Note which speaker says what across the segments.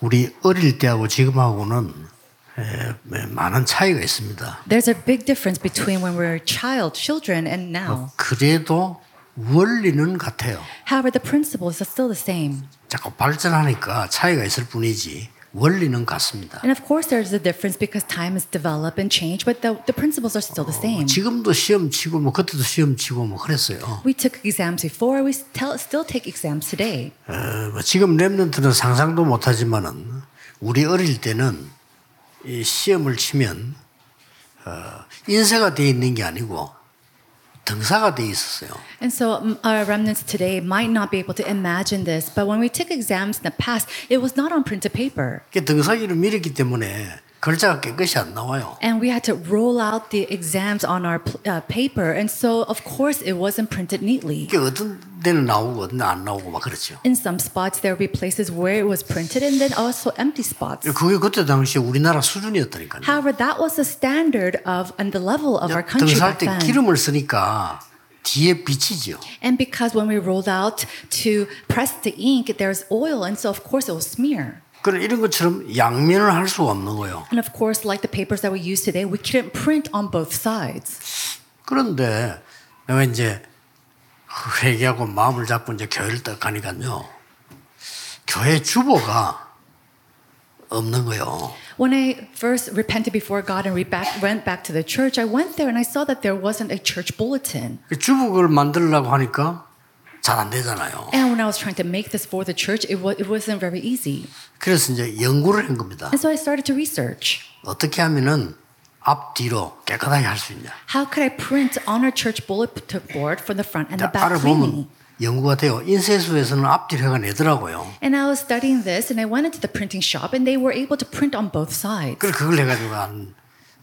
Speaker 1: 우리 어릴 때하고 지금하고는 에, 많은 차이가 있습니다.
Speaker 2: There's a big difference between when we're a child, children, and now.
Speaker 1: 그래도 원리는 같아요.
Speaker 2: However, the principles are still the same.
Speaker 1: 자꾸 발전하니까 차이가 있을 뿐이지 원리는 같습니다.
Speaker 2: And of course, there's a difference because time has developed and changed, but the, the principles are still the same.
Speaker 1: 지금도 시험 치고 뭐 그때도 시험 치고 뭐 그랬어요.
Speaker 2: We took exams before, we still, still take exams today.
Speaker 1: 어, 뭐 지금 랩런트는 상상도 못하지만은 우리 어릴 때는 이 시험을 치면 어, 인쇄가 돼 있는 게 아니고 등사가 돼 있었어요.
Speaker 2: And so um, our remnants today might not be able to imagine this, but when we took exams in the past, it was not on printed paper.
Speaker 1: 그 등사기를 밀었기 때문에 글자가 깨끗이 안 나와요.
Speaker 2: And we had to roll out the exams on our pl- uh, paper, and so of course it wasn't printed neatly.
Speaker 1: 이게 어떤 데는 나오고 어떤 데안 나오고 막 그렇죠. 그랬죠.
Speaker 2: In some spots, there would be places where it was printed and then also empty spots.
Speaker 1: 그게 그때 당시 우리나라 수준이었다니까요.
Speaker 2: However, that was the standard of and the level of our country
Speaker 1: 등사할
Speaker 2: back
Speaker 1: 때
Speaker 2: then.
Speaker 1: 기름을 쓰니까 뒤에 비치죠.
Speaker 2: And because when we rolled out to press the ink, there's oil, and so of course it will smear.
Speaker 1: 그런 이런 것처럼 양면을 할 수가 없는 거예요.
Speaker 2: And of course, like the papers that we use today, we couldn't print on both sides.
Speaker 1: 그런데 내가 이제 회개하고 마음을 잡고 이제 교회를 딱 가니까요. 교회 주보가 없는 거예요.
Speaker 2: When I first repented before God and re- back, went back to the church, I went there and I saw that there wasn't a church bulletin.
Speaker 1: 그 주복을 만들려고 하니까 잘 안 되잖아요.
Speaker 2: And when I was trying to make this for the church, it, wa- it wasn't very easy.
Speaker 1: 그래서 이제 연구를 한 겁니다.
Speaker 2: And so I started to research.
Speaker 1: 어떻게 하면은 앞 뒤로 깨끗하게 할 수 있냐.
Speaker 2: How could I print on our church bulletin board from the front and the back freely?
Speaker 1: 알아보면 연구가 돼요. 인쇄소에서는 앞뒤 회가 내더라고요.
Speaker 2: And I was studying this, and I went into the printing shop, and they were able to print on both sides.
Speaker 1: 그래서 그걸 해가지고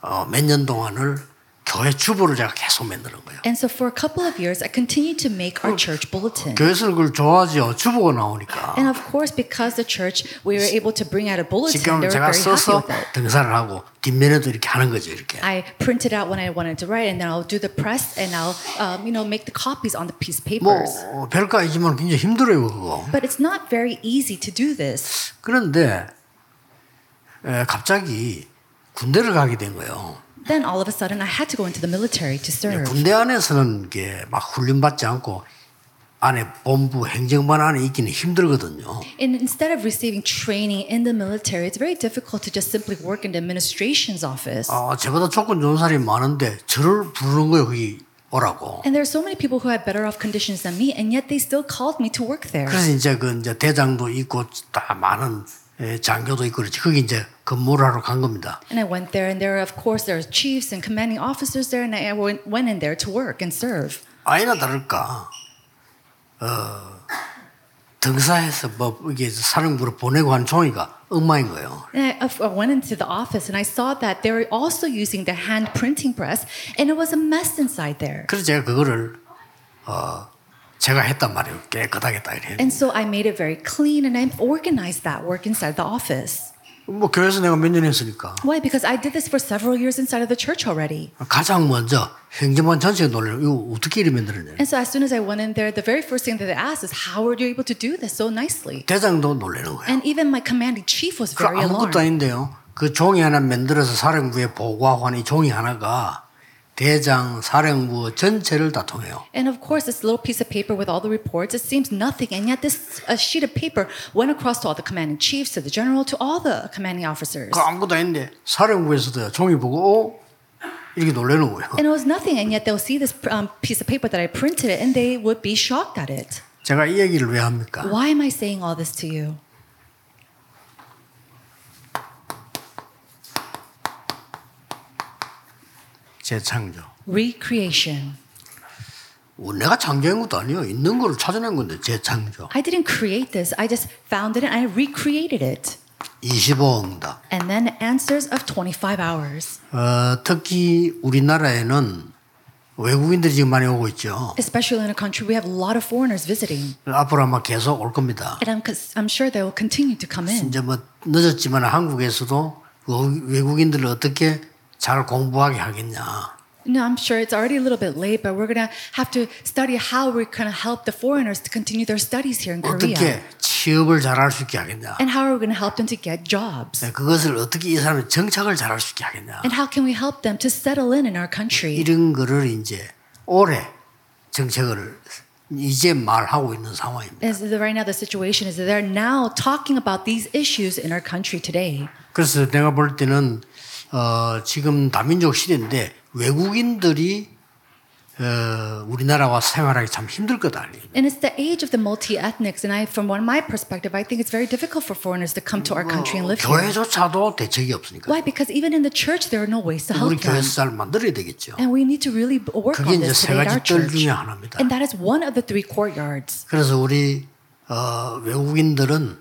Speaker 1: 어, 한몇 년 동안을 교회 주보를 제가 계속 만드는 거예요.
Speaker 2: And so for a couple of years, I continued to make our church bulletin.
Speaker 1: 교회에서는 그걸 좋아하죠. 주보가 나오니까.
Speaker 2: And of course, because the church, we were able to bring out a bulletin, they
Speaker 1: 직경을
Speaker 2: were
Speaker 1: 제가
Speaker 2: very happy
Speaker 1: 써서
Speaker 2: with it.
Speaker 1: 등산을 하고 뒷면에도 이렇게 하는 거죠. 이렇게.
Speaker 2: I printed out when I wanted to write, and then I'll do the press, and I'll, um, you know, make the copies on the piece
Speaker 1: 뭐
Speaker 2: of papers.
Speaker 1: 어, 별거 아니지만 굉장히 힘들어요 그거.
Speaker 2: But it's not very easy to do this.
Speaker 1: 그런데 에, 갑자기 군대를 가게 된 거예요.
Speaker 2: Then all of a sudden, I had to go into the military to serve.
Speaker 1: 군대 안에서는 이게 막 훈련받지 않고 안에 본부 행정반 안에 있기는 힘들거든요.
Speaker 2: And instead of receiving training in the military, it's very difficult to just simply work in the administration's office.
Speaker 1: 아, 저보다 조건 좋은 사람이 많은데 저를 부르는 거예요. 거기 오라고.
Speaker 2: And there are so many people who had better off conditions than me, and yet they still called me to work there.
Speaker 1: 그래서 이제 그 이제 대장도 있고 다 많은 에, 장교도 있고 그렇지. 거기 이제 근무를 하러 간 겁니다.
Speaker 2: And I went there, and there are, of course, there are chiefs and commanding officers there, and I went, went in there to work and serve.
Speaker 1: 아이나 다를까. 어, 등사해서 뭐 이게 사령부로 보내고 한 종이가 엉망인 거예요.
Speaker 2: And I, of- I went into the office, and I saw that they were also using the hand printing press, and it was a mess inside there.
Speaker 1: 그래서 제가 그거를 어, 제가 했단 말이에요. 깨끗하게 딱 이래.
Speaker 2: And so I made it very clean, and I organized that work inside the office.
Speaker 1: 뭐 교회에서 내가 몇 년 했으니까
Speaker 2: Why? Because I did this for several years inside of the church already.
Speaker 1: 가장 먼저 행정반 전체에 놀래요. 이거 어떻게 이리 만들었냐.
Speaker 2: And so as soon as I went in there, the very first thing that they asked is, "How were you able to do this so nicely?"
Speaker 1: 대장도 놀래는 거예요.
Speaker 2: And even my commanding chief was
Speaker 1: 그
Speaker 2: very alarmed.
Speaker 1: 아무것도 아닌데요. 그 종이 하나 만들어서 사령부에 보고하고 하는 이 종이 하나가 대장, 사령부 전체를 다 통해요.
Speaker 2: And of course, this little piece of paper with all the reports, it seems nothing. And yet, this a sheet of paper went across to all the commanding chiefs, to the general, to all the commanding officers.
Speaker 1: 그 아무것도 아닌데 사령부에서도 종이 보고 어? 이렇게 놀래는 거예요.
Speaker 2: And it was nothing. And yet, they'll see this um, piece of paper that I printed it, and they would be shocked at it.
Speaker 1: 제가 이 얘기를 왜 합니까?
Speaker 2: Why am I saying all this to you?
Speaker 1: 재창조.
Speaker 2: Recreation.
Speaker 1: 어, 내가 창조한 것도 아니에요. 있는 거를 찾아낸 건데 재창조.
Speaker 2: I didn't create this. I just found it and I recreated it.
Speaker 1: 25응답.
Speaker 2: And then answers of 25 hours.
Speaker 1: 어, 특히 우리나라에는 외국인들이 지금 많이 오고 있죠.
Speaker 2: Especially in a country, we have a lot of foreigners visiting.
Speaker 1: 앞으로 아마 계속 올 겁니다.
Speaker 2: And I'm, I'm sure they will continue to come in.
Speaker 1: 이제 뭐 늦었지만 한국에서도 외- 외국인들을 어떻게 잘 공부하게 하겠냐.
Speaker 2: No, I'm sure it's already a little bit late, but we're going to have to study how we're going to help the foreigners to continue their studies here in Korea.
Speaker 1: 어떻게 취업을 잘할 수 있게 하겠냐.
Speaker 2: And how are we going to help them to get jobs?
Speaker 1: 네, 그것을 어떻게 이 사람이 정착을 잘할 수 있게 하겠냐.
Speaker 2: And how can we help them to settle in in our country?
Speaker 1: 이런 거를 이제 올해 정책을 이제 말하고 있는 상황입니다.
Speaker 2: As the, right now, the situation is that they're now talking about these issues in our country today.
Speaker 1: 그래서 내가 볼 때는 어, 지금 다민족 시대인데 외국인들이 어, 우리나라와 생활하기 참 힘들 거다.
Speaker 2: And it's the age of the multi-ethnics, and I, from one my perspective, I think it's very difficult for foreigners to come to our country and live here.
Speaker 1: 교회조차도 대책이 없으니까
Speaker 2: Why? Because even in the church, there are no ways to
Speaker 1: 우리
Speaker 2: help them.
Speaker 1: 교회에서 잘 만들어야 되겠죠.
Speaker 2: And we need to really b- work
Speaker 1: 그게
Speaker 2: on
Speaker 1: 이제
Speaker 2: this
Speaker 1: 세
Speaker 2: today at our
Speaker 1: 가지 뜰
Speaker 2: church.
Speaker 1: 중에 하나입니다.
Speaker 2: And that is one of the three courtyards.
Speaker 1: 그래서 우리 어, 외국인들은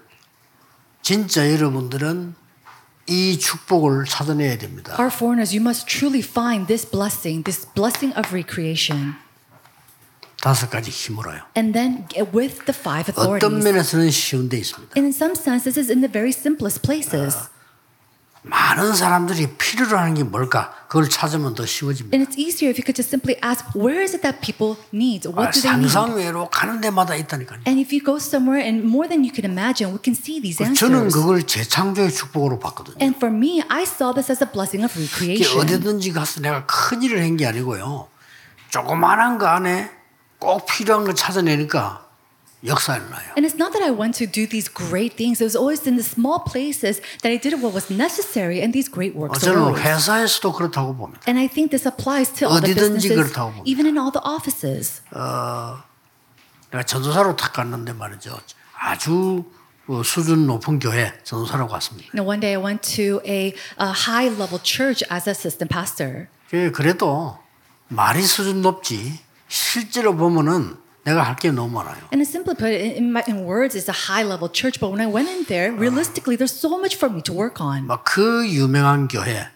Speaker 1: 진짜 여러분들은 이 축복을 찾아내야 됩니다.
Speaker 2: Our foreigners, you must truly find this blessing, this blessing of recreation.
Speaker 1: 다섯 가지 힘으로요.
Speaker 2: And then get with the five
Speaker 1: 어떤
Speaker 2: authorities.
Speaker 1: 면에서는 쉬운 데 있습니다.
Speaker 2: And in some sense, this is in the very simplest places.
Speaker 1: 많은 사람들이 필요로 하는 게 뭘까? 그걸 찾으면 더 쉬워집니다.
Speaker 2: And it's easier if you could just simply ask, where is it that people need?
Speaker 1: 아,
Speaker 2: What do they need?
Speaker 1: 상상외로 가는 데마다 있다니까요.
Speaker 2: And if you go somewhere and more than you can imagine, we can see these
Speaker 1: 저는
Speaker 2: answers.
Speaker 1: 그걸 재창조의 축복으로 봤거든요.
Speaker 2: And for me, I saw this as a blessing of
Speaker 1: 이게
Speaker 2: recreation.
Speaker 1: 어디든지 가서 내가 큰 일을 한 게 아니고요. 조그만한 거 안에 꼭 필요한 걸 찾아내니까 역사를 나요.
Speaker 2: And it's not that I went to do these great things. It was always in the small places that I did what was necessary, and these great
Speaker 1: 어,
Speaker 2: works
Speaker 1: 저는
Speaker 2: arose.
Speaker 1: 회사에서도 그렇다고 봅니다.
Speaker 2: And I think this applies to all the
Speaker 1: 어디든지
Speaker 2: businesses,
Speaker 1: 그렇다고 봅니다.
Speaker 2: even in all the offices.
Speaker 1: 내가 전도사로 탁 갔는데 말이죠. 아주 어, 수준 높은 교회 전도사로 갔습니다.
Speaker 2: Now, one day I went to a, a high-level church as assistant pastor.
Speaker 1: 예, 그래도 말이 수준 높지 실제로 보면은 내가 할 게 너무 많아요.
Speaker 2: And it's simply put, in, in, my, in words, it's a high level church. But when I went in there, realistically, there's so much for me to work on.
Speaker 1: 막 그 유명한 교회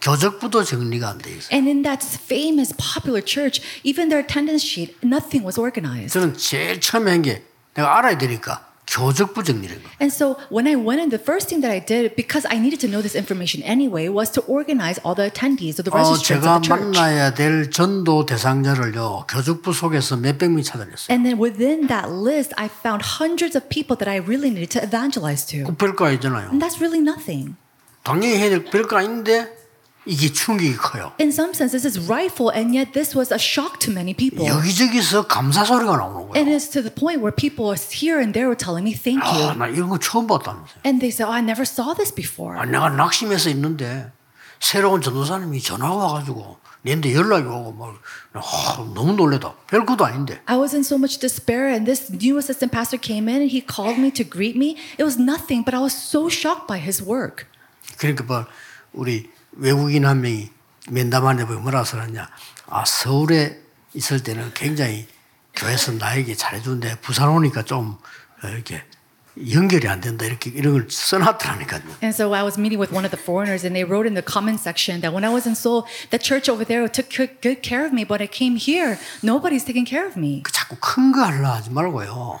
Speaker 1: 교적부도 정리가 안 돼 있어요.
Speaker 2: And in that famous popular church, even their attendance sheet, nothing was organized.
Speaker 1: 저는 제일 처음에 한 게 내가 알아야 되니까 교적부 정리를 거.
Speaker 2: And so when I went in, the first thing that I did, because I needed to know this information anyway, was to organize all the attendees or the
Speaker 1: 어,
Speaker 2: registrants
Speaker 1: Oh, 제가
Speaker 2: of the 그 church.
Speaker 1: 만나야 될 전도 대상자를요 교적부 속에서 몇백 명 찾아냈어요.
Speaker 2: And then within that list, I found hundreds of people that I really needed to evangelize to.
Speaker 1: 그 별거 아니잖아요.
Speaker 2: And that's really nothing.
Speaker 1: 당연히 해야 될 별거 아닌데 이게 충격이 커요.
Speaker 2: In some sense, this is rightful, and yet this was a shock to many people.
Speaker 1: 여기저기서 감사 소리가 나오는
Speaker 2: And
Speaker 1: 거예요.
Speaker 2: it's to the point where people are here and there were telling me thank
Speaker 1: 아,
Speaker 2: you.
Speaker 1: 나 이런 거 처음 봤다면서요.
Speaker 2: And they said, oh, I never saw this
Speaker 1: 아,
Speaker 2: before.
Speaker 1: 내가 낙심해서 있는데 새로운 전도사님이 전화가 와가지고 내한테 연락이 오고 막 아, 너무 놀래다. 별것도 아닌데.
Speaker 2: I was in so much despair, and this new assistant pastor came in and he called me to greet me. It was nothing, but I was so shocked by his work.
Speaker 1: 그러니까 뭐 우리 외국인 한 명이 면담하는데 보면 뭐라 그러냐. 아 서울에 있을 때는 굉장히 교회에서 나에게 잘해주는데 부산 오니까 좀 어, 이렇게 연결이 안 된다 이렇게 이런 걸 써놨더라니까요.
Speaker 2: And so I was meeting with one of the foreigners, and they wrote in the comment section that when I was in Seoul, the church over there took good- good care of me, but I came here, nobody's taking care of me.
Speaker 1: 그 자꾸 큰 거 하려 하지 말고요.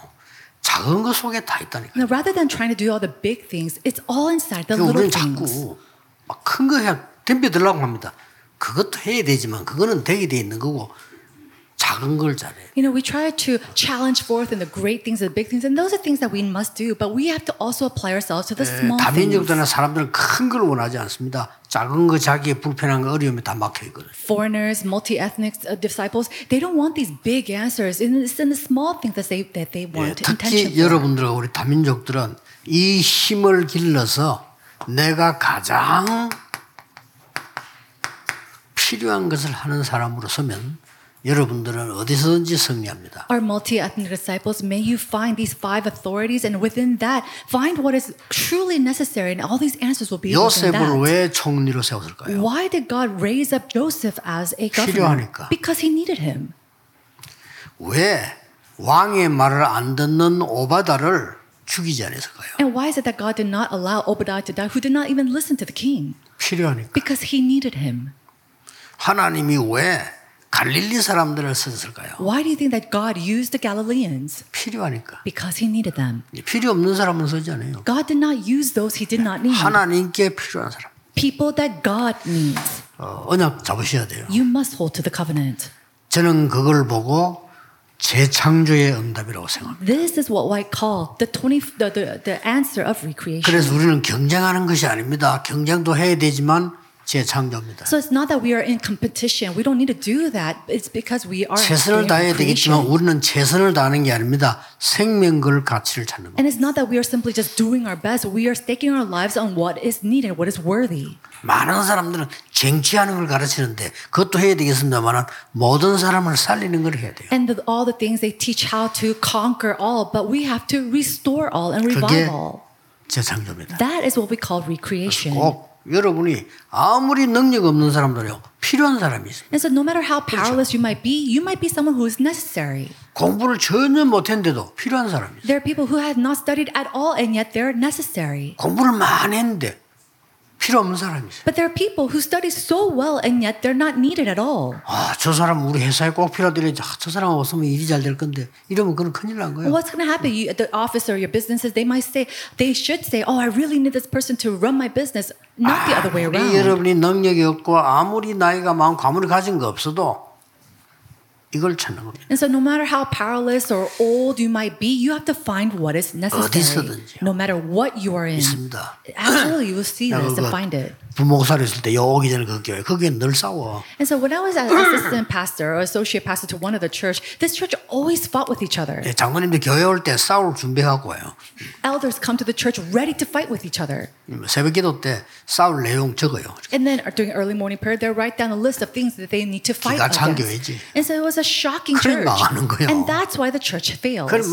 Speaker 1: 작은 거 속에 다 있다니까.
Speaker 2: Now, rather than trying to do all the big things, it's all inside the little
Speaker 1: 그러니까 우리는
Speaker 2: things.
Speaker 1: 자꾸 막 큰 거 해 덤벼들라고 합니다. 그것도 해야 되지만 그거는 되게 돼 있는 거고 작은 걸 잘해.
Speaker 2: You know, we try to challenge forth in the great things, the big things, and those are things that we must do, but we have to also apply ourselves to the small things.
Speaker 1: 네, 다민족들이나 사람들은 큰 걸 원하지 않습니다. 작은 거 자기의 불편한 거 어려움에 다 막혀 있거든.
Speaker 2: Foreigners, multi-ethnic uh, disciples, they don't want these big answers. And It's in the small things that they, that they
Speaker 1: 예,
Speaker 2: want intention
Speaker 1: 특히
Speaker 2: for.
Speaker 1: 여러분들과 우리 다민족들은 이 힘을 길러서 내가 가장 필요한 것을 하는 사람으로 서면 여러분들은 어디서든지 승리합니다.
Speaker 2: Our multi-ethnic disciples, may you find these five authorities, and within that, find what is truly necessary, and all these answers will be
Speaker 1: 요셉을
Speaker 2: within that.
Speaker 1: 왜 총리로 세웠을까요?
Speaker 2: Why did God raise up Joseph as a governor?
Speaker 1: 필요하니까.
Speaker 2: Because he needed him.
Speaker 1: 왜 왕의 말을 안 듣는 오바다를 죽이지 않았을까요?
Speaker 2: And why is it that God did not allow Obadiah to die, who did not even listen to the king?
Speaker 1: 필요하니까.
Speaker 2: Because he needed him.
Speaker 1: 하나님이 왜 갈릴리 사람들을 썼을까요?
Speaker 2: Why do you think that God used the Galileans?
Speaker 1: 필요하니까.
Speaker 2: Because he needed them.
Speaker 1: 필요 없는 사람은 쓰지 않아요.
Speaker 2: God did not use those he did not need.
Speaker 1: 하나님께 필요한 사람.
Speaker 2: People that God needs.
Speaker 1: 어, 언약 잡으셔야 돼요.
Speaker 2: You must hold to the covenant.
Speaker 1: 저는 그걸 보고 재창조의 응답이라고 생각합니다.
Speaker 2: This is what I call the 20, the, the, the answer of recreation.
Speaker 1: 그래서 우리는 경쟁하는 것이 아닙니다. 경쟁도 해야 되지만 재창조입니다.
Speaker 2: So it's not that we are in competition. We don't need to do that. It's because we are
Speaker 1: 최선을
Speaker 2: in
Speaker 1: 다해야 되겠지만
Speaker 2: creation.
Speaker 1: 우리는 최선을 다하는 게 아닙니다. 생명 걸 가치를 찾는 겁니다.
Speaker 2: And it's not that we are simply just doing our best. We are staking our lives on what is needed, what is worthy.
Speaker 1: 많은 사람들은 쟁취하는 걸 가르치는데 그것도 해야 되겠습니다만 모든 사람을 살리는 걸 해야 돼요.
Speaker 2: And the, all the things they teach how to conquer all, but we have to restore all and
Speaker 1: 그게
Speaker 2: revive all.
Speaker 1: 재창조입니다.
Speaker 2: That is what we call recreation.
Speaker 1: 꼭 여러분이 아무리 능력 없는 사람들이요 필요한 사람이 있습니다.
Speaker 2: And so, no matter how powerless you might be, you might be someone who is necessary.
Speaker 1: 공부를 전혀 못했는데도 필요한 사람이 있어요.
Speaker 2: There are people who have not studied at all, and yet they're necessary.
Speaker 1: 공부를 많이 했는데 필요 없는 사람이 있어요.
Speaker 2: But there are people who study so well, and yet they're not needed at all.
Speaker 1: 아, 저 사람 우리 회사에 꼭 필요하더래지. 아, 저 사람 없으면 일이 잘 될 건데 이러면 그건 큰일 난 거예요.
Speaker 2: What's going to happen? You, at the office or your businesses, they might say, they should say, oh, I really need this person to run my business, not the other way
Speaker 1: 아무리
Speaker 2: around.
Speaker 1: 여러분이 능력이 없고 아무리 나이가 많고 아무리 가진 거 없어도 이걸 찾는 겁니다.
Speaker 2: And so, no matter how powerless or old you might be, you have to find what is necessary.
Speaker 1: 어디서든지요.
Speaker 2: No matter what you are in,
Speaker 1: 있습니다.
Speaker 2: 네. absolutely, you will see
Speaker 1: 나
Speaker 2: this and
Speaker 1: 그거
Speaker 2: find it.
Speaker 1: 부목사로 있을 때 여기 전에 그 교회 거기에 늘 싸워.
Speaker 2: And so, when I was an assistant pastor or associate pastor to one of the church, this church always fought with each other.
Speaker 1: 예, 장모님들 교회 올 때 싸울 준비하고 와요.
Speaker 2: Elders come to the church ready to fight with each other.
Speaker 1: 새벽 기도 때 싸울 내용 적어요.
Speaker 2: And then during early morning prayer, they write down a list of things that they need to fight
Speaker 1: 기가 찬
Speaker 2: against.
Speaker 1: 교회지.
Speaker 2: And so it was a shocking
Speaker 1: 그래
Speaker 2: church.
Speaker 1: 망하는 거예요.
Speaker 2: And that's why the church fails.
Speaker 1: 그럼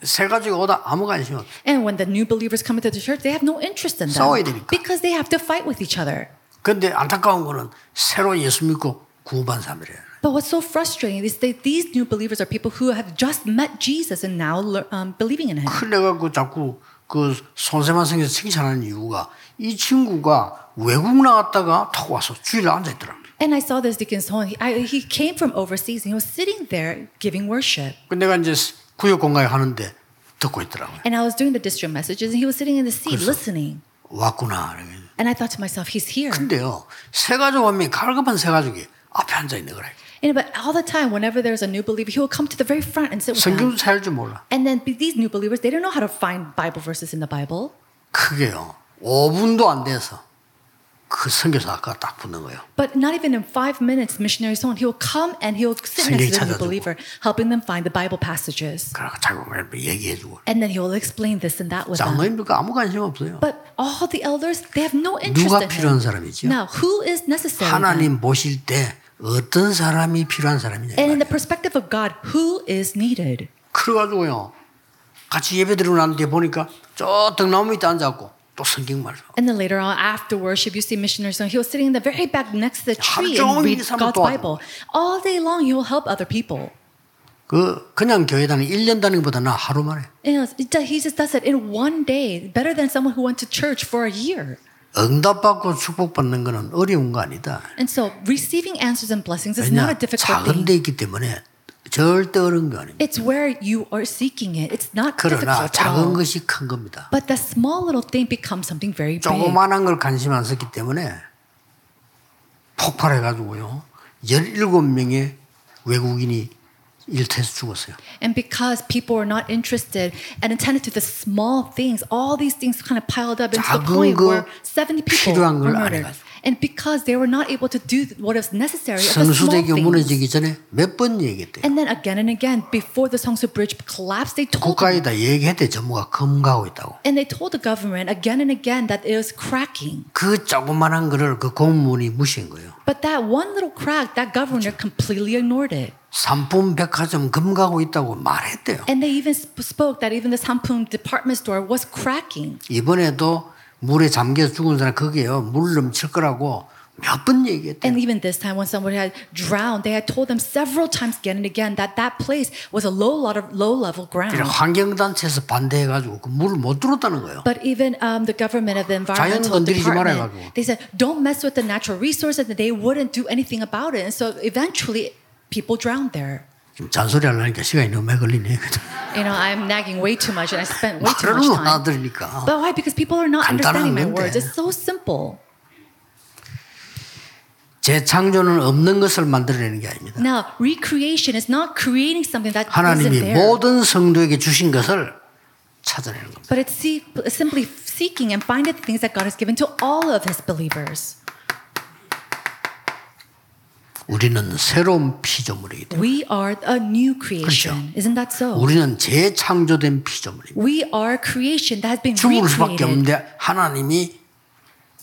Speaker 1: 뭐새 가지고 오다 아무 관심 없어.
Speaker 2: And when the new believers come into the church, they have no interest in
Speaker 1: 싸워야
Speaker 2: them
Speaker 1: 되니까.
Speaker 2: because they have to fight with each other.
Speaker 1: 근데 안타까운 거는 새로 예수 믿고 구반 삼일이에요.
Speaker 2: But what's so frustrating is that these new believers are people who have just met Jesus and now lear- um, believing in him.
Speaker 1: 큰일 내갖고 자꾸 그 손세만 생겨서 칭찬하는 이유가 이 친구가 외국 나갔다가 타고 와서 주일에 앉아있더라.
Speaker 2: And I saw this Deacon Son. He, I, he came from overseas and he was sitting there giving worship.
Speaker 1: 근데 내가 이제 구역 공간에 하는데 듣고 있더라고요.
Speaker 2: And I was doing the district messages and he was sitting in the seat listening.
Speaker 1: 왔구나. 이러면서.
Speaker 2: And I thought to myself, he's here.
Speaker 1: 근데요, 새 가족 한 명이 갈급한 새 가족이 앞에 앉아 있는 거라.
Speaker 2: And but all the time, whenever there's a new believer, he will come to the very front and sit with them.
Speaker 1: 성경도 잘줄 몰라.
Speaker 2: And then be- these new believers, they don't know how to find Bible verses in the Bible.
Speaker 1: 그게요, 5분도 안 돼서 그 선교사 아까 딱 붙는 거예요.
Speaker 2: But not even in five minutes, missionary Son, he will come and he will sit next to the
Speaker 1: 찾아주고.
Speaker 2: new believer, helping them find the Bible passages.
Speaker 1: 그래서 자꾸 얘기해주고.
Speaker 2: And then he will explain this and that with them.
Speaker 1: 장로님들과 아무 관심 없어요.
Speaker 2: But all the elders, they have no interest
Speaker 1: 누가
Speaker 2: in him.
Speaker 1: 필요한 사람이죠?
Speaker 2: Now, who is necessary? then?
Speaker 1: 하나님 보실 때 어떤 사람이 필요한 사람이냐.
Speaker 2: And in the perspective of God, who is needed?
Speaker 1: 그래가지고요. 같이 예배 드리고 난 뒤에 보니까 저 등나무 밑에 앉아갖고 또 성경 말씀.
Speaker 2: And then later on, after worship, you see missionary Son. He was sitting in the very back next to the
Speaker 1: 하루
Speaker 2: tree
Speaker 1: 종일
Speaker 2: and
Speaker 1: 이
Speaker 2: read
Speaker 1: 사람을
Speaker 2: God's
Speaker 1: 도와줘.
Speaker 2: Bible. All day long, he will help other people.
Speaker 1: 그 그냥 교회 다니 1년 다니는 것보다 나 하루 만에
Speaker 2: You know, it- he just does it in one day, better than someone who went to church for a year.
Speaker 1: 응답받고 축복받는 거는 어려운 거 아니다.
Speaker 2: And so, receiving answers and blessings is not
Speaker 1: 왜냐
Speaker 2: a difficult
Speaker 1: 작은
Speaker 2: thing.
Speaker 1: 데 있기 때문에 절대 어려운 거 아닙니다.
Speaker 2: It's where you are seeking it. It's not
Speaker 1: 그러나
Speaker 2: difficult at all.
Speaker 1: 작은 것이 큰 겁니다.
Speaker 2: But the small little thing becomes something very big.
Speaker 1: 조그만한 걸 관심 안 썼기 때문에 폭발해가지고요. 17명의 외국인이 일터에서 죽었어요.
Speaker 2: And because people are not interested and attended to the small things, all these things kind of piled up into the
Speaker 1: 작은
Speaker 2: point
Speaker 1: 거,
Speaker 2: where 70 people were
Speaker 1: 필요한 걸안
Speaker 2: murdered.
Speaker 1: 해가지고.
Speaker 2: And because they were not able to do what is necessary, of the 네, small
Speaker 1: 성수대교
Speaker 2: things.
Speaker 1: 무너지기 전에 몇 번 얘기했대요.
Speaker 2: And then again and again, before the Songsu Bridge collapsed, they told them,
Speaker 1: 국가에다 얘기했대 전부가 검거하고 있다고.
Speaker 2: and they told the government again and again that it was cracking.
Speaker 1: 그 조그만한 거를 그 공무원이 무시한 거예요.
Speaker 2: But that one little crack, that governor completely ignored it.
Speaker 1: 상품 백화점 검거하고 있다고 말했대요.
Speaker 2: And they even sp- spoke that even the Sampung department store was cracking.
Speaker 1: 이번에도 물에 잠겨 죽은 사람 그게요 물 넘칠 거라고 몇 번 얘기했대요.
Speaker 2: And even this time, when someone had drowned, they had told them several times again and again that that place was a low lot of low level
Speaker 1: 그래서
Speaker 2: ground.
Speaker 1: 환경단체에서 반대해가지고 그 물을 못 들었다는 거예요.
Speaker 2: But even um, the government of the environmental
Speaker 1: 건드리지 말아요,
Speaker 2: department,
Speaker 1: 가지고.
Speaker 2: they said, don't mess with the natural resources, and they wouldn't do anything about it. And so eventually, people drowned there.
Speaker 1: 지금 잔소리 하려니까 시간이 너무 걸리네.
Speaker 2: You know, I'm nagging way too much, and I spent way too
Speaker 1: 말을
Speaker 2: much
Speaker 1: 못
Speaker 2: time.
Speaker 1: 알아들으니까
Speaker 2: But why? Because people are not understanding my
Speaker 1: 건데.
Speaker 2: words. It's so simple.
Speaker 1: 재창조는 없는 것을 만들어내는 게 아닙니다.
Speaker 2: Now, recreation is not creating something that isn't
Speaker 1: 하나님이
Speaker 2: there,
Speaker 1: 모든 성도에게 주신 것을 찾아내는 겁니다.
Speaker 2: but it's see, simply seeking and finding the things that God has given to all of His believers.
Speaker 1: 우리는 새로운 피조물이기 때문에
Speaker 2: We are a new creation. Isn't that so?
Speaker 1: 우리는 재창조된 피조물입니다.
Speaker 2: We are a creation that has been
Speaker 1: 죽을 수밖에
Speaker 2: recreated.
Speaker 1: 없는데 하나님이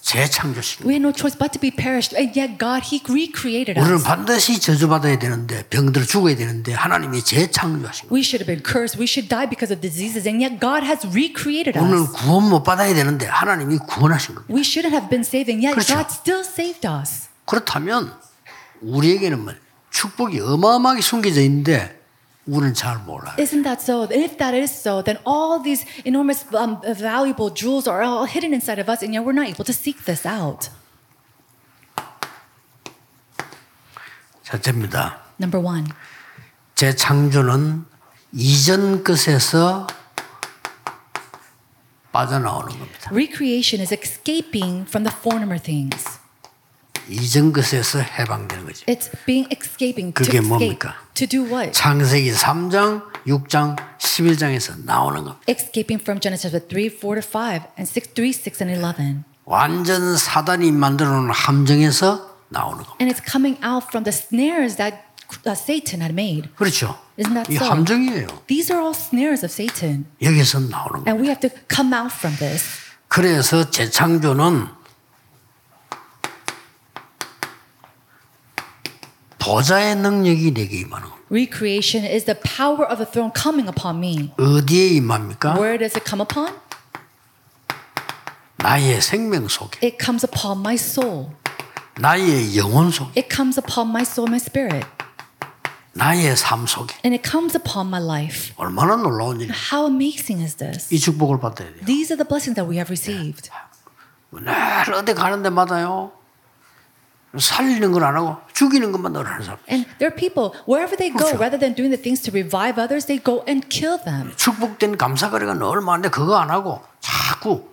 Speaker 1: 재창조신 거예요.
Speaker 2: We had no choice but to be perished, and yet God, He recreated
Speaker 1: 우리는
Speaker 2: us.
Speaker 1: 반드시 저주받아야 되는데 병들어 죽어야 되는데 하나님이 재창조하신 거예요.
Speaker 2: We should have been cursed. We should die because of diseases, and yet God has recreated
Speaker 1: 우리는
Speaker 2: us.
Speaker 1: 구원 못 받아야 되는데 하나님이 구원하신 겁니다.
Speaker 2: We shouldn't have been saved, and yet
Speaker 1: 그렇죠.
Speaker 2: God still saved us.
Speaker 1: 그렇다면 우리에게는 뭐 축복이 어마어마하게 숨겨져 있는데 우리는 잘 몰라요.
Speaker 2: Isn't that so? If that is so, then all these enormous, um, valuable jewels are all hidden inside of us, and yet we're not able to seek this out.
Speaker 1: 첫째입니다.
Speaker 2: Number one,
Speaker 1: 재창조는 이전 것에서 빠져나오는 겁니다.
Speaker 2: recreation is escaping from the former things.
Speaker 1: 이전 것에서 해방되는 거죠.
Speaker 2: It's being escaping to
Speaker 1: 그게
Speaker 2: escape.
Speaker 1: 뭡니까?
Speaker 2: To do what?
Speaker 1: 창세기 3장, 6장, 11장에서 나오는 겁니다.
Speaker 2: Escaping from Genesis 3, 4 to 5, and 6, 3, 6, and 11.
Speaker 1: 완전 사단이 만들어 놓은 함정에서 나오는 겁니다.
Speaker 2: And it's coming out from the snares that uh, Satan had made.
Speaker 1: 그렇죠?
Speaker 2: Isn't that
Speaker 1: 이
Speaker 2: so?
Speaker 1: 함정이에요.
Speaker 2: These are all snares of Satan.
Speaker 1: 여기서 나오는 겁니다.
Speaker 2: And we have to come out from this.
Speaker 1: 그래서 재창조는 보좌의 능력이 내게 임하는 겁니다.
Speaker 2: Recreation is the power of the throne coming upon me.
Speaker 1: 어디에 임합니까?
Speaker 2: Where does it come upon?
Speaker 1: 나의 생명 속에,
Speaker 2: It comes upon my soul.
Speaker 1: 나의 영혼 속에,
Speaker 2: It comes upon my soul, my spirit.
Speaker 1: 나의 삶 속에.
Speaker 2: And it comes upon my life.
Speaker 1: 얼마나 놀라운 일이야.
Speaker 2: How amazing is this?
Speaker 1: 이 축복을 받아야 돼요.
Speaker 2: These are the blessings that we have received.
Speaker 1: 늘 어디 가는 데마다요. 살리는 걸 안 하고 죽이는 것만 늘 하는 사람.
Speaker 2: And there are people, wherever they go,
Speaker 1: 그렇죠.
Speaker 2: rather than doing the things to revive others, they go and kill them.
Speaker 1: 축복된 감사거리가 늘 많은데 그거 안 하고 자꾸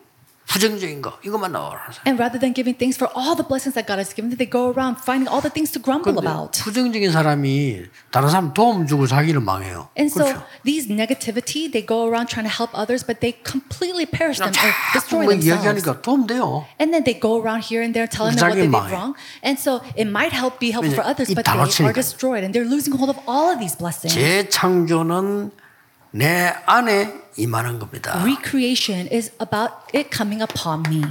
Speaker 1: 부정적인 거 이것만 늘 하는 사람.
Speaker 2: And rather than giving thanks for all the blessings that God has given them, they go around finding all the things to grumble
Speaker 1: 근데
Speaker 2: about.
Speaker 1: 부정적인 사람이 다른 사람 도움 주고 자기를 망해요.
Speaker 2: And so
Speaker 1: 그렇죠.
Speaker 2: these negativity, they go around trying to help others, but they completely perish them or
Speaker 1: 자꾸
Speaker 2: destroy
Speaker 1: 뭐
Speaker 2: themselves.
Speaker 1: 이야기하니까 도움 돼요.
Speaker 2: And then they go around here and there telling them what
Speaker 1: 자기
Speaker 2: they
Speaker 1: 망해.
Speaker 2: did wrong. And so it might help be helpful
Speaker 1: 왜냐,
Speaker 2: for others,
Speaker 1: 이
Speaker 2: but they
Speaker 1: 단어치니까.
Speaker 2: are destroyed and they're losing hold of all of these blessings.
Speaker 1: 재창조는 내 안에 임하는 겁니다.
Speaker 2: Recreation is about it coming upon me.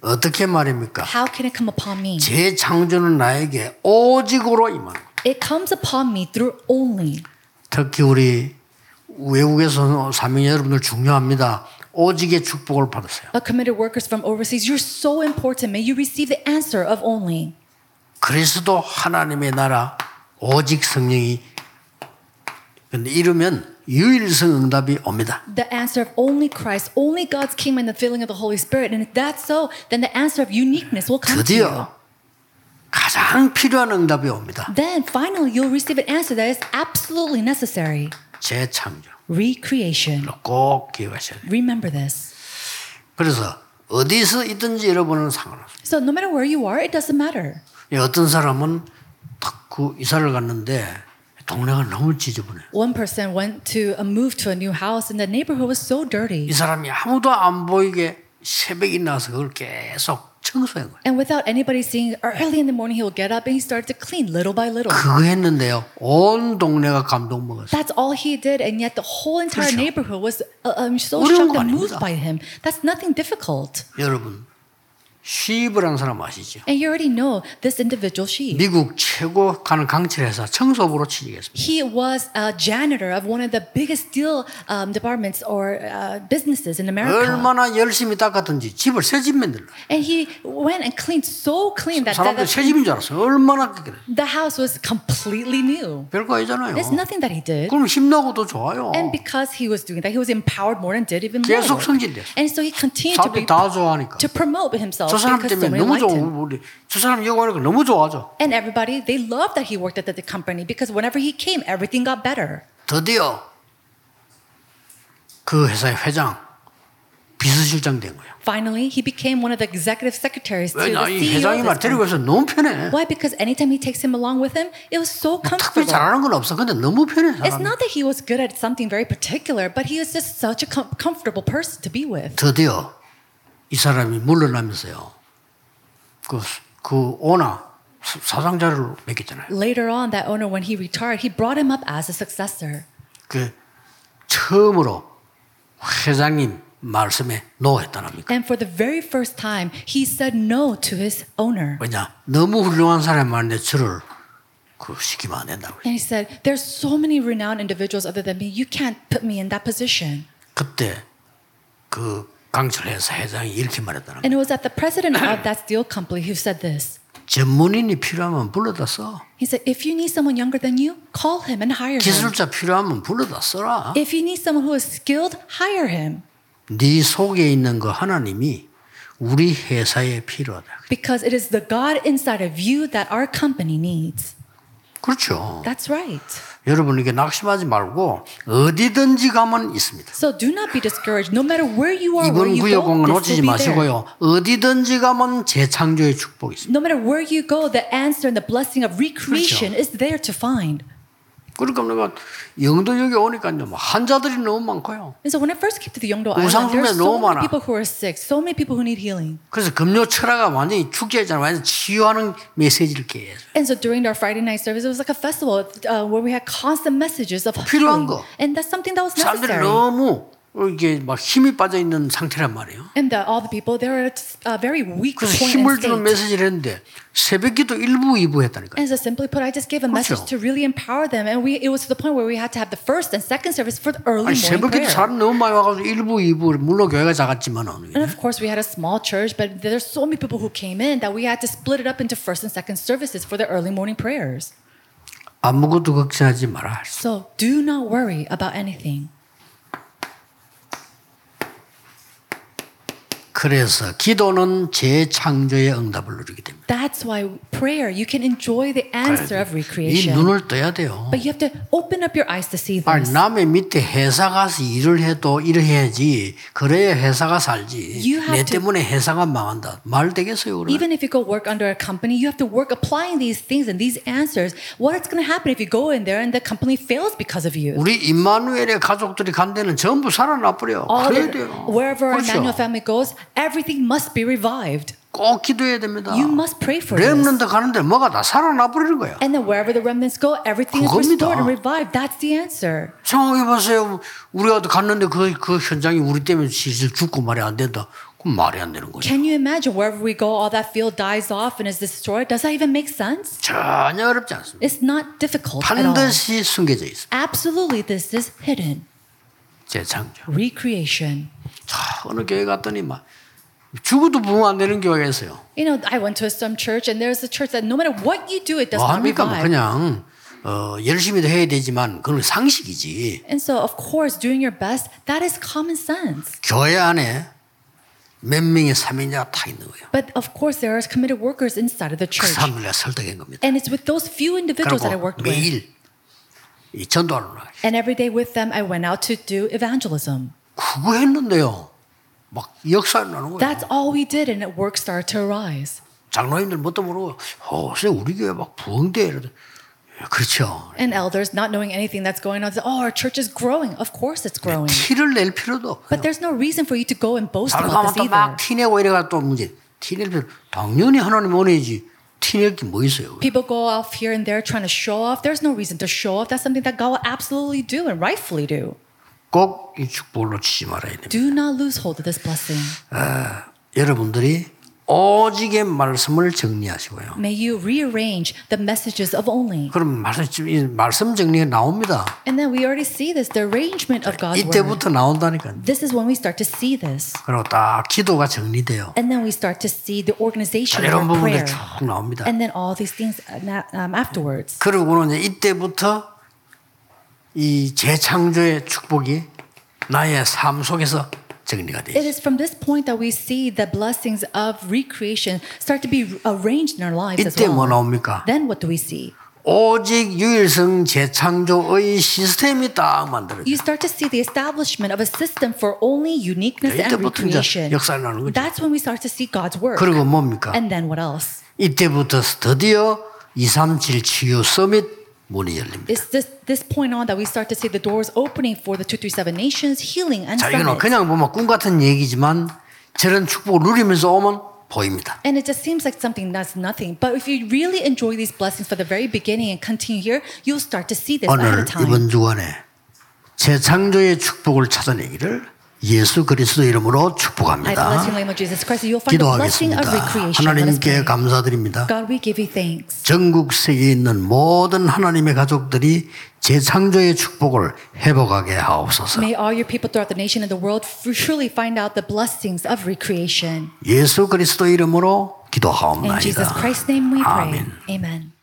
Speaker 1: 어떻게 말입니까?
Speaker 2: How can it come upon me?
Speaker 1: 재창조는 나에게 오직으로 임하는 겁니다.
Speaker 2: It comes upon me through only.
Speaker 1: 특히 우리 외국에서 사명 여러분들 중요합니다. 오직의 축복을 받으세요.
Speaker 2: Uh, committed workers from overseas, you're so important. May you receive the answer of only.
Speaker 1: 그리스도 하나님의 나라 오직 성령이 근데 이러면 유일성 응답이 옵니다.
Speaker 2: The answer of only Christ, only God's kingdom, and the filling of the Holy Spirit. And if that's so, then the answer of uniqueness will come to you.
Speaker 1: 드디어 가장 필요한 응답이 옵니다.
Speaker 2: Then finally, you'll receive an answer that is absolutely necessary
Speaker 1: 재창조.
Speaker 2: recreation.
Speaker 1: 꼭 기억하셔야 돼요.
Speaker 2: Remember this.
Speaker 1: 그래서 어디서 있든지 여러분은 상관없어요.
Speaker 2: So, no matter where you are, it doesn't matter.
Speaker 1: 어떤 사람은 탁구 이사를 갔는데 동네가 너무 지저분해.
Speaker 2: One person went to a move to a new house, and the neighborhood was so dirty.
Speaker 1: 이 사람이 아무도 안 보이게 새벽이 나서 그걸 계속 청소한 거예요.
Speaker 2: And without anybody seeing, early in the morning, he will get up and he started to clean little by little.
Speaker 1: 그거 했는데요. 온 동네가 감동 먹었어요.
Speaker 2: That's all he did, and yet the whole entire
Speaker 1: 그렇죠.
Speaker 2: neighborhood was uh, um, so
Speaker 1: 어려운
Speaker 2: shocked
Speaker 1: 거 아닙니다.
Speaker 2: and moved by him. That's nothing difficult.
Speaker 1: 여러분, 시브란 사람 아시죠?
Speaker 2: And you already know this individual sheep.
Speaker 1: 미국 최고 가는 강철회사 청소부로 취직했습니다.
Speaker 2: He was a janitor of one of the biggest steel um, departments or uh, businesses in America.
Speaker 1: 얼마나 열심히 닦았든지 집을 새집 만들라.
Speaker 2: And he went and cleaned so clean that, that,
Speaker 1: 사람들 새집인 줄 알았어요. 얼마나 그래.
Speaker 2: the house was completely new.
Speaker 1: 별거 아니잖아요.
Speaker 2: There's nothing that he did.
Speaker 1: 그럼 힘나고도 좋아요.
Speaker 2: And because he was doing that, he was empowered more and did even more.
Speaker 1: Oh. 계속
Speaker 2: work.
Speaker 1: 성질내요.
Speaker 2: And so he continued to
Speaker 1: 사람들이
Speaker 2: be
Speaker 1: 다 좋아하니까.
Speaker 2: to promote himself
Speaker 1: 저 사람
Speaker 2: because so
Speaker 1: 때문에
Speaker 2: many
Speaker 1: 너무
Speaker 2: liked
Speaker 1: 좋아.
Speaker 2: him.
Speaker 1: 우리 저 사람 이거 하니까 너무 좋아져.
Speaker 2: And everybody, they loved that he worked at the, the company because whenever he came, everything got better.
Speaker 1: 드디어 그 회사의 회장 비서실에 부실장 된 거예요.
Speaker 2: Finally, he became one of the executive secretaries to the E
Speaker 1: 왜냐 이 회장이
Speaker 2: CEO.
Speaker 1: 말
Speaker 2: of this
Speaker 1: 데리고 가서 너무 편해. 뭐
Speaker 2: Why? Because anytime he takes him along with him, it was so
Speaker 1: 특별히
Speaker 2: comfortable.
Speaker 1: 잘하는 건 없어. 근데 너무 편해.
Speaker 2: It's
Speaker 1: 사람이.
Speaker 2: not that he was good at something very particular, but he is just such a com- comfortable person to be with.
Speaker 1: 드디어 이 사람이 물러나면서요. 그, 그 오나 사- 사상자를 맡겼잖아요.
Speaker 2: Later on, that owner, when he retired, he brought him up as a successor.
Speaker 1: 그 처음으로 회장님 말씀에 노했다랍니까.
Speaker 2: And for the very first time, he said no to his owner.
Speaker 1: 왜냐 너무 훌륭한 사람이 많은데 저를 그 시키면 안 된다고.
Speaker 2: And he said, There's so many renowned individuals other than me. You can't put me in that position.
Speaker 1: 그때 그 강철회사 회장이 이렇게 말했다랍니다.
Speaker 2: And it was at the president of that steel company who said this.
Speaker 1: 전문인이 필요하면 불러다 써.
Speaker 2: He said, If you need someone younger than you, call him and hire him.
Speaker 1: 기술자 필요하면 불러다 써라.
Speaker 2: If you need someone who is skilled, hire him.
Speaker 1: 네 속에 있는 그 하나님이 우리 회사에 필요하다.
Speaker 2: Because it is the God inside of you that our company needs.
Speaker 1: 그렇죠.
Speaker 2: That's right.
Speaker 1: 여러분 이게 낙심하지 말고 어디든지 가면 있습니다.
Speaker 2: So do not be discouraged. No matter where you are,
Speaker 1: 어,
Speaker 2: where
Speaker 1: 뭐 이번
Speaker 2: you go,
Speaker 1: 구역공은
Speaker 2: this
Speaker 1: 놓치지
Speaker 2: will be there.
Speaker 1: 마시고요. 어디든지 가면 재창조의 축복이 있습니다.
Speaker 2: No matter where you go, the answer and the blessing of recreation is there to find.
Speaker 1: 그러니까 내가 영도 여기 오니까요. 뭐 환자들이 너무 많고요.
Speaker 2: And so when I first came to the Yongdo
Speaker 1: 우상숭배
Speaker 2: Island, there's
Speaker 1: 너무
Speaker 2: so
Speaker 1: 많아.
Speaker 2: many people who are sick, so many people who need healing.
Speaker 1: 그래서 금요 철학가 완전히 축제잖아요. 완전 치유하는 메시지를 계속.
Speaker 2: And so during our Friday night service, it was like a festival uh, where we had constant messages of
Speaker 1: 필요한
Speaker 2: healing.
Speaker 1: 거.
Speaker 2: And that's something that was
Speaker 1: 사람들이
Speaker 2: necessary.
Speaker 1: 너무 이게 막 힘이 빠져 있는 상태란 말이에요.
Speaker 2: And that all the people, they're at a very weak
Speaker 1: 그래서
Speaker 2: point and
Speaker 1: 힘을 주는
Speaker 2: state.
Speaker 1: 메시지를 했는데 새벽기도 1부 2부 했다니까요.
Speaker 2: And so simply put, I just gave a message to really empower them. And we it was to the point where we had to have the first and second service for the
Speaker 1: 아니
Speaker 2: early morning
Speaker 1: 새벽기도
Speaker 2: prayer.
Speaker 1: 사람 너무 많이 와가지고 1부 2부 물론 교회가 작았지만은
Speaker 2: And of course, we had a small church, but there's so many people who came in that we had to split it up into first and second services for the early morning prayers.
Speaker 1: 아무것도 걱정하지 마라.
Speaker 2: So do not worry about anything.
Speaker 1: 그래서 기도는 재창조의 응답을 누리게 됩니다.
Speaker 2: That's why prayer, you can enjoy the answer of
Speaker 1: 이
Speaker 2: recreation.
Speaker 1: 눈을 떠야 돼요.
Speaker 2: But you have to open up your eyes to see
Speaker 1: 아니
Speaker 2: this.
Speaker 1: 남의 밑에 회사 가서 일을 해도 일해야지 그래야 회사가 살지
Speaker 2: You have
Speaker 1: 내
Speaker 2: to-
Speaker 1: 때문에 회사가 망한다 말 되겠어요 그러면
Speaker 2: Even if you go work under a company, you have to work applying these things and these answers. What's going to happen if you go in there and the company fails because of you?
Speaker 1: 우리 임마누엘의 가족들이 간 데는 전부 살아나 버려
Speaker 2: All
Speaker 1: 그래야
Speaker 2: the,
Speaker 1: 돼요
Speaker 2: wherever our Emmanuel
Speaker 1: 그렇죠
Speaker 2: family goes, everything must be revived.
Speaker 1: 꼭 기도해야 됩니다
Speaker 2: You must pray for this.
Speaker 1: 렘런드 가는데 뭐가 다 살아나 버리는 거야
Speaker 2: And then wherever the remnants go, everything is
Speaker 1: 그겁니다.
Speaker 2: restored and revived. That's the answer.
Speaker 1: 생각해 보세요 우리가 갔는데 그, 그 현장이 우리 때문에 실실 죽고 말이 안 된다 그럼 말이 안 되는 거죠
Speaker 2: Can you imagine wherever we go, all that field dies off and is destroyed? Does that even make sense?
Speaker 1: 전혀 어렵지 않습니다
Speaker 2: It's not
Speaker 1: 예,
Speaker 2: difficult at all.
Speaker 1: 반드시 숨겨져 있습니다
Speaker 2: Absolutely, this is hidden
Speaker 1: 재창조
Speaker 2: recreation.
Speaker 1: 자, 어느 교회 갔더니 막 죽어도 부흥 안 되는 교회가 있어요.
Speaker 2: You know, I went to some church, and there's a church that no matter what you do, it does
Speaker 1: 뭐
Speaker 2: not
Speaker 1: 합니까? 뭐
Speaker 2: revive.
Speaker 1: 그냥 어, 열심히도 해야 되지만 그건 상식이지.
Speaker 2: And so, of course, doing your best, that is common sense.
Speaker 1: 교회 안에 몇 명의 사명자가 다 있는 거예요.
Speaker 2: But of course, there are committed workers inside of the
Speaker 1: 그
Speaker 2: church.
Speaker 1: 사람들 내가 설득한 겁니다.
Speaker 2: And it's with those few individuals
Speaker 1: 네,
Speaker 2: that I
Speaker 1: 그리고
Speaker 2: worked with.
Speaker 1: 매일 이 전도하러 나가요.
Speaker 2: And every day with them, I went out to do evangelism.
Speaker 1: 그거 했는데요. 막 역사 나는 거예요.
Speaker 2: That's all we did, and it work started to arise.
Speaker 1: 장로님들 뭣도 모르고 어, 쎄, 우리 교회 막 부흥대 이러더 그렇죠.
Speaker 2: And elders, not knowing anything that's going on, said, "Oh, our church is growing. Of course, it's growing."
Speaker 1: 티를 낼 필요도 없고
Speaker 2: But there's no reason for you to go and boast
Speaker 1: 다른 사람
Speaker 2: about this either.
Speaker 1: 또막티 내고 이래가 또 문제. 티 낼 필요 당연히 하나님 원해야지. 티낼게뭐 있어요.
Speaker 2: People go off here and there trying to show off. There's no reason to show off. That's something that God will absolutely do and rightfully do.
Speaker 1: 꼭 이 축복을 놓치지 말아야 됩니다.
Speaker 2: Do not lose hold of this blessing.
Speaker 1: 여러분들이 오직의 말씀을 정리하시고요.
Speaker 2: May you rearrange the messages of only.
Speaker 1: 그럼 말씀 지금 이 말씀 정리가 나옵니다.
Speaker 2: And then we already see this, the arrangement of God's word.
Speaker 1: 이때부터 나온다니까요.
Speaker 2: This is when we start to see this.
Speaker 1: 그리고 딱 기도가 정리돼요.
Speaker 2: And then we start to see the organization of
Speaker 1: 이런
Speaker 2: our
Speaker 1: 부분들
Speaker 2: prayer.
Speaker 1: 쭉 나옵니다.
Speaker 2: And then all these things uh, na- um, afterwards.
Speaker 1: 그리고는 이제 이때부터 이 재창조의 축복이 나의 삶 속에서 정리가 돼요.
Speaker 2: It is from this point that we see the blessings of recreation start to be arranged in our lives as
Speaker 1: 이때 뭐
Speaker 2: well.
Speaker 1: 나옵니까?
Speaker 2: Then what do we see?
Speaker 1: 오직 유일성 재창조의 시스템이 딱 만들어져.
Speaker 2: You start to see the establishment of a system for only uniqueness and
Speaker 1: 이때부터 이제
Speaker 2: recreation.
Speaker 1: 역사를 나는 거죠.
Speaker 2: That's when we start to see God's work.
Speaker 1: 그리고 뭡니까?
Speaker 2: And then what else?
Speaker 1: 이때부터 드디어 237 치유 서밋 문이 열립니다.
Speaker 2: It's this this point on that we start to see the doors opening for the 237 nations, healing and
Speaker 1: 자, 이거는
Speaker 2: summits.
Speaker 1: 그냥 보면 꿈 같은 얘기지만 저런 축복을 누리면서 오면 보입니다.
Speaker 2: And it just seems like something that's nothing. But if you really enjoy these blessings from the very beginning and continue here, you'll start to see this ahead
Speaker 1: 오늘
Speaker 2: of time.
Speaker 1: 이번 주간에 재창조의 축복을 찾아내기를 예수 그리스도 이름으로
Speaker 2: I bless you in
Speaker 1: 축복합니다.
Speaker 2: the name of Jesus Christ. You'll find the blessing
Speaker 1: 기도하겠습니다.
Speaker 2: of recreation. Let us
Speaker 1: 하나님께
Speaker 2: pray.
Speaker 1: 감사드립니다.
Speaker 2: God, we give you thanks.
Speaker 1: 전국 세계에 있는 모든 하나님의 가족들이 재창조의 축복을 회복하게 하옵소서.
Speaker 2: May all your people throughout the nation and the world f- truly find out the blessings of recreation.
Speaker 1: 예수 그리스도 이름으로
Speaker 2: In Jesus
Speaker 1: 기도하옵나이다.
Speaker 2: Christ's name we pray.
Speaker 1: 아멘.
Speaker 2: Amen.